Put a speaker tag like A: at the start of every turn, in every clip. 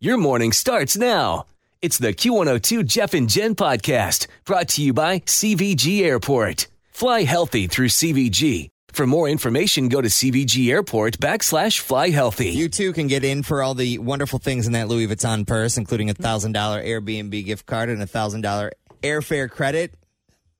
A: Your morning starts now. It's the Q102 Jeff and Jen podcast brought to you by CVG Airport. Fly healthy through CVG. For more information, go to CVG Airport backslash fly healthy.
B: You too can get in for all the wonderful things in that Louis Vuitton purse, including a thousand dollar Airbnb gift card and a thousand dollar airfare credit,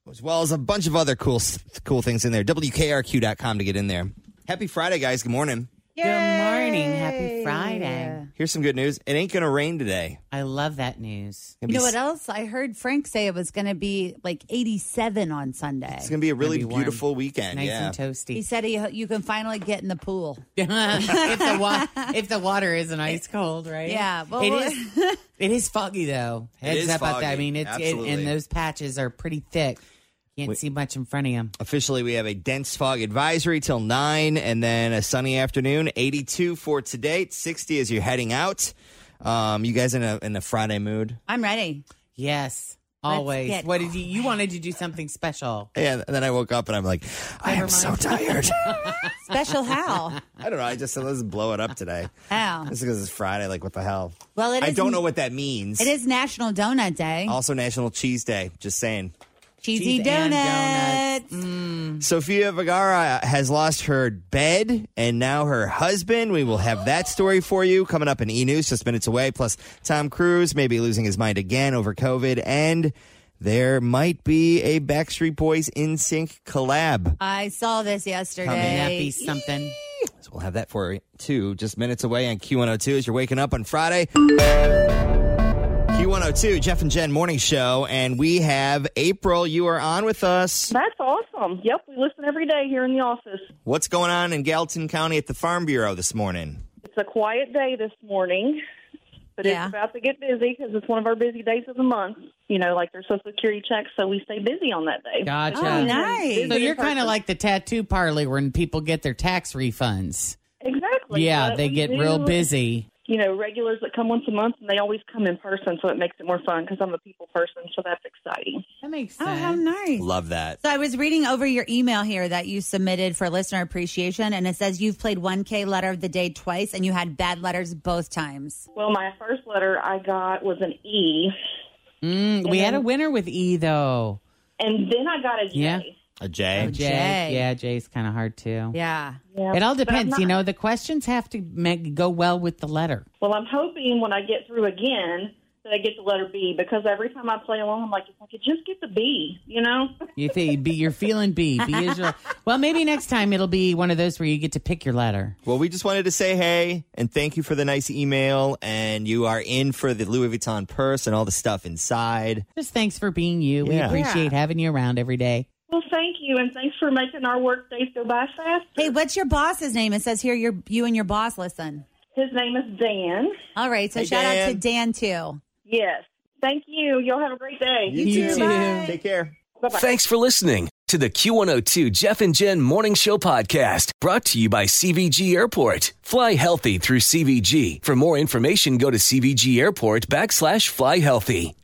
B: as well as a bunch of other cool cool things in there. WKRQ.com to get in there. Happy Friday, guys. Good morning.
C: Good morning. Happy Friday.
B: Here's some good news. It ain't gonna rain today.
C: I love that news.
B: It's gonna be
D: You know what
B: s-
D: else? I heard Frank say it was going to be like 87 on Sunday.
B: It's gonna be a really
C: be warm.
B: beautiful weekend.
C: Nice
B: yeah.
C: and
D: He
C: toasty.
D: said he, you can finally get in the pool.
C: if the wa- if the water isn't ice cold, right?
D: Yeah, well,
C: it is. It is foggy though. Heads
B: is
C: up out there. I
B: foggy.
C: mean, it's it,
B: Absolutely.
C: and those patches are pretty thick. Can't see much in front of them.
B: Officially, we have a dense fog advisory till 9 and then a sunny afternoon, 82 for today, 60 as you're heading out. Um, you guys in a in the Friday mood?
D: I'm ready.
C: Yes, always.
D: get
C: What did you? You wanted to do something special.
B: Yeah, and then I woke up and I'm like, I am so tired.
D: Special how?
B: I don't know. I just said, let's blow it up today.
D: How?
B: Just because it's Friday, like what the hell?
D: Well, it
B: I
D: is-
B: don't know what Oh, that means.
D: It is National Donut Day.
B: also National Cheese Day. Just saying.
D: Cheesy
C: Cheese and
D: donuts. Mm.
B: Sofia Vergara has lost her bed and now her husband. We will have that story for you coming up in E News just minutes away. Plus, Tom Cruise may be losing his mind again over COVID, and there might be a Backstreet Boys in sync collab.
D: I saw this yesterday.
C: Wouldn't that be something?
B: So we'll have that for you too, just minutes away on Q102 as you're waking up on Friday. Q102, Jeff and Jen morning show, and we have April. You are on with us.
E: That's awesome. Yep, we listen every day here in the office.
B: What's going on in Gallatin County at the Farm Bureau this morning?
E: It's a quiet day this morning, but
D: Yeah.
E: it's about to get busy because it's one of our busy days of the month. You know, like their social security checks, so we stay busy on that day.
C: Gotcha.
D: Oh, nice.
C: So you're kind of like the tattoo parlor when people get their tax refunds.
E: Exactly.
C: yeah,
E: But
C: they
E: we
C: get
E: do,
C: real busy.
E: You know, regulars that come once a month, and they always come in person, so it makes it more fun because I'm a people person, so that's exciting.
C: That makes
D: Oh,
C: sense.
D: how nice.
B: Love that.
D: So I was reading over your email here that you submitted for listener appreciation, and it says you've played 1K letter of the day twice, and you had bad letters both times.
E: Well, my first letter I got was an E,
C: Mm, we had a winner with E though.
E: and then I got a J.
C: Yeah.
B: A J.
D: J.
C: Jay. Yeah, Jay's kind of hard too.
D: Yeah.
E: Oh, Yeah,
C: It all
E: but I'm
C: depends.
E: not-
C: You know, the questions have to make, go well with the letter.
E: Well, I'm hoping when I get through again that I get the letter B because every time I play along, I'm like, if I could just get the B, you know?
C: You think B, you're feeling B. B is your. Well, maybe next time it'll be one of those where you get to pick your letter.
B: Well, we just wanted to say hey and thank you for the nice email. And you are in for the Louis Vuitton purse and all the stuff inside.
C: Just thanks for being you. We
B: Yeah.
C: appreciate having you around every day.
E: Well, thank you, and thanks for making our work days go by fast.
D: Hey, what's your boss's name? It says here your you and your boss listen.
E: His name is Dan.
D: All right, so
B: Hey,
D: shout out to Dan too.
E: Yes. Thank you. Y'all have a great day.
C: You too. Bye.
B: Take care.
A: Thanks for listening to the Q102 Jeff and Jen Morning Show podcast brought to you by CVG Airport. Fly healthy through CVG. For more information, go to CVG Airport backslash fly healthy.